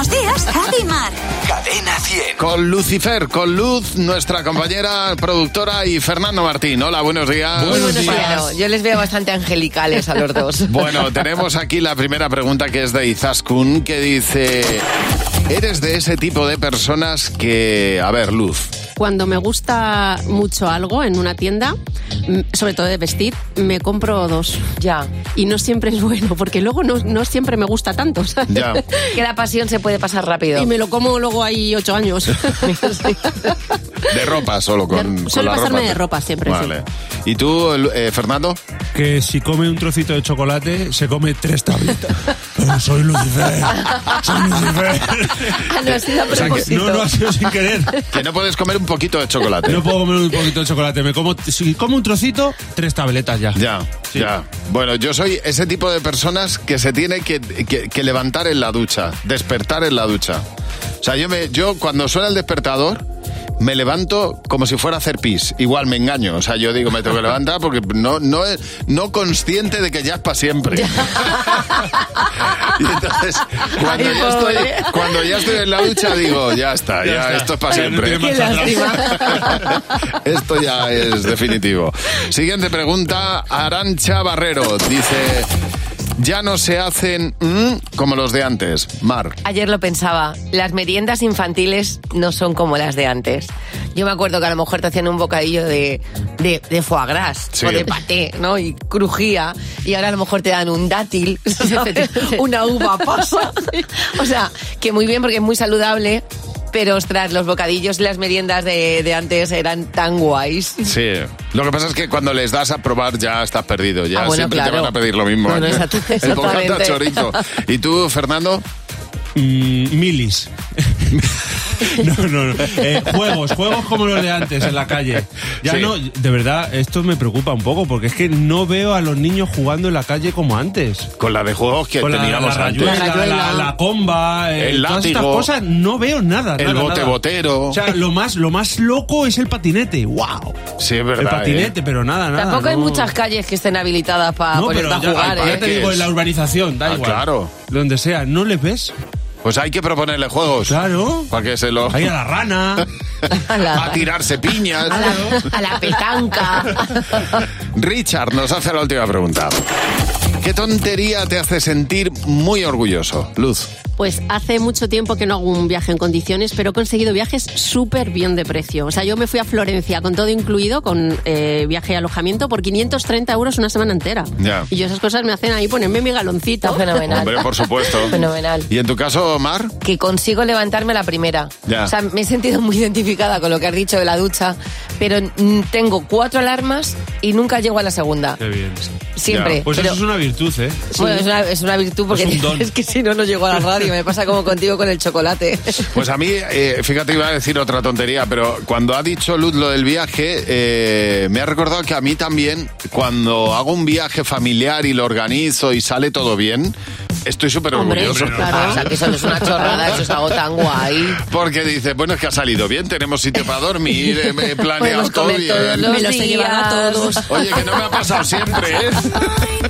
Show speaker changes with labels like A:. A: días, Adimar.
B: Cadena 100.
C: Con Lucifer, con Luz, nuestra compañera productora y Fernando Martín. Hola, buenos días.
D: Muy buenos días. Yo les veo bastante angelicales a los dos.
C: Bueno, tenemos aquí la primera pregunta que es de Izaskun, que dice... ¿Eres de ese tipo de personas que... A ver, Luz,
E: Cuando me gusta mucho algo en una tienda, m- sobre todo de vestir, me compro dos.
D: Ya.
E: Y no siempre es bueno, porque luego no, no siempre me gusta tanto, ¿sabes?
C: Ya.
D: Que la pasión se puede pasar rápido.
E: Y me lo como luego ahí ocho años.
C: de ropa solo con...
E: De-
C: con
E: suelo
C: la
E: pasarme de ropa siempre, sí.
C: Vale. ¿Y tú, Lu- eh, Fernando?
F: Que si come un trocito de chocolate, se come tres tablitas. Pero soy Lucifer. Soy Lucifer.
D: Ah, no, ha sido a
C: O sea que-
D: propósito.
F: No, no ha sido sin querer.
C: Que no puedes comer un poquito de chocolate.
F: No puedo comer un poquito de chocolate. Me como, si como un trocito, tres tabletas ya.
C: Ya,
F: Sí.
C: ya. Bueno, yo soy ese tipo de personas que se tiene que, que- que levantar en la ducha, despertar en la ducha. O sea, yo, me, yo cuando suena el despertador me levanto como si fuera a hacer pis. Igual me engaño. O sea, yo digo, me tengo que levantar porque no, no, no consciente de que ya es para siempre. y entonces, cuando,
D: Ay,
C: ya estoy,
D: pobre.
C: cuando ya estoy en la ducha, digo, ya está, ya,
F: Ya está.
C: esto es para
F: Ya no
C: siempre.
F: tiene más Qué atrás.
C: Esto ya es definitivo. Siguiente pregunta, Arancha Barrero dice, ya no se hacen mm, como los de antes, Mar.
D: Ayer lo pensaba, las meriendas infantiles no son como las de antes. Yo me acuerdo que a lo mejor te hacían un bocadillo de, de, de foie gras
C: Sí.
D: o de paté, ¿no? Y crujía. Y ahora a lo mejor te dan un dátil, ¿sabes? una uva pasa. O sea, que muy bien porque es muy saludable, pero ostras, los bocadillos y las meriendas de, de antes eran tan guays.
C: Sí. Lo que pasa es que cuando les das a probar ya estás perdido, ya
D: Ah, bueno,
C: siempre te
D: claro.
C: van a pedir lo mismo.
D: Bueno, exacto-
C: El bocata
D: exactamente.
C: chorito. ¿Y tú, Fernando?
F: Mm, milis. no, no, no. Eh, juegos, juegos como los de antes en la calle. Ya
C: Sí.
F: no, de verdad, esto me preocupa un poco porque es que no veo a los niños jugando en la calle como antes.
C: Con la de juegos que
F: Con la, la,
C: teníamos antes.
F: rayuela, la, la- la comba, eh,
C: El
F: todas estas
C: látigo.
F: cosas, no veo nada.
C: El
F: nada,
C: bote
F: nada.
C: botero.
F: O sea, lo más, lo más loco es el patinete. ¡Wow!
C: Sí, es verdad.
F: el
C: ¿eh?
F: patinete, pero nada, nada.
D: Tampoco hay
F: Ah, no.
D: muchas calles que estén habilitadas para
F: No, pero
D: ponerte a
F: ya,
D: jugar,
F: ya
D: ¿eh?
F: te digo, en la urbanización, da
C: Ah,
F: igual.
C: claro.
F: Donde sea, ¿no les ves?
C: Pues hay que proponerle juegos.
F: Claro.
C: Para que se lo...
F: Ahí a la rana.
D: A la-
C: a
F: Ah,
C: tirarse piñas.
D: a la, a la petanca.
C: Richard nos hace la última pregunta. ¿Qué tontería te hace sentir muy orgulloso, Luz?
E: Pues hace mucho tiempo que no hago un viaje en condiciones, pero he conseguido viajes súper bien de precio. O sea, yo me fui a Florencia con todo incluido, con eh, viaje y alojamiento, por 530 euros una semana entera.
C: Ya.
E: Y yo esas cosas me hacen ahí ponerme mi galoncita.
D: Está fenomenal.
C: Hombre, por supuesto.
D: Fenomenal.
C: ¿Y en tu caso, Mar?
D: Que consigo levantarme a la primera.
C: Ya.
D: O sea, me he sentido muy identificada con lo que has dicho de la ducha, pero mm, tengo cuatro alarmas y nunca llego a la segunda.
F: Qué bien.
D: Siempre.
F: Eh, Pues
D: pero-
F: eso es una virtud, ¿eh?
D: Bueno, es una, es una virtud porque
F: Es un don.
D: es que si no, no llego a la radio. Me pasa como contigo con el chocolate.
C: Pues a mí, eh, fíjate, iba a decir otra tontería, pero cuando ha dicho Luz lo del viaje, eh, me ha recordado que a mí también, cuando hago un viaje familiar y lo organizo y sale todo bien, estoy súper
E: Hombre,
C: orgulloso.
E: claro.
D: O sea, que eso no es una chorrada, eso es algo tan guay.
C: Porque dice, bueno, es que ha salido bien, tenemos sitio para dormir, eh, he planeado
D: Podemos
C: todo
F: eh,
D: comer
C: bien.
D: todos
E: Me los he llevado a
D: días.
E: todos.
C: Oye, que no me ha pasado siempre, ¿eh?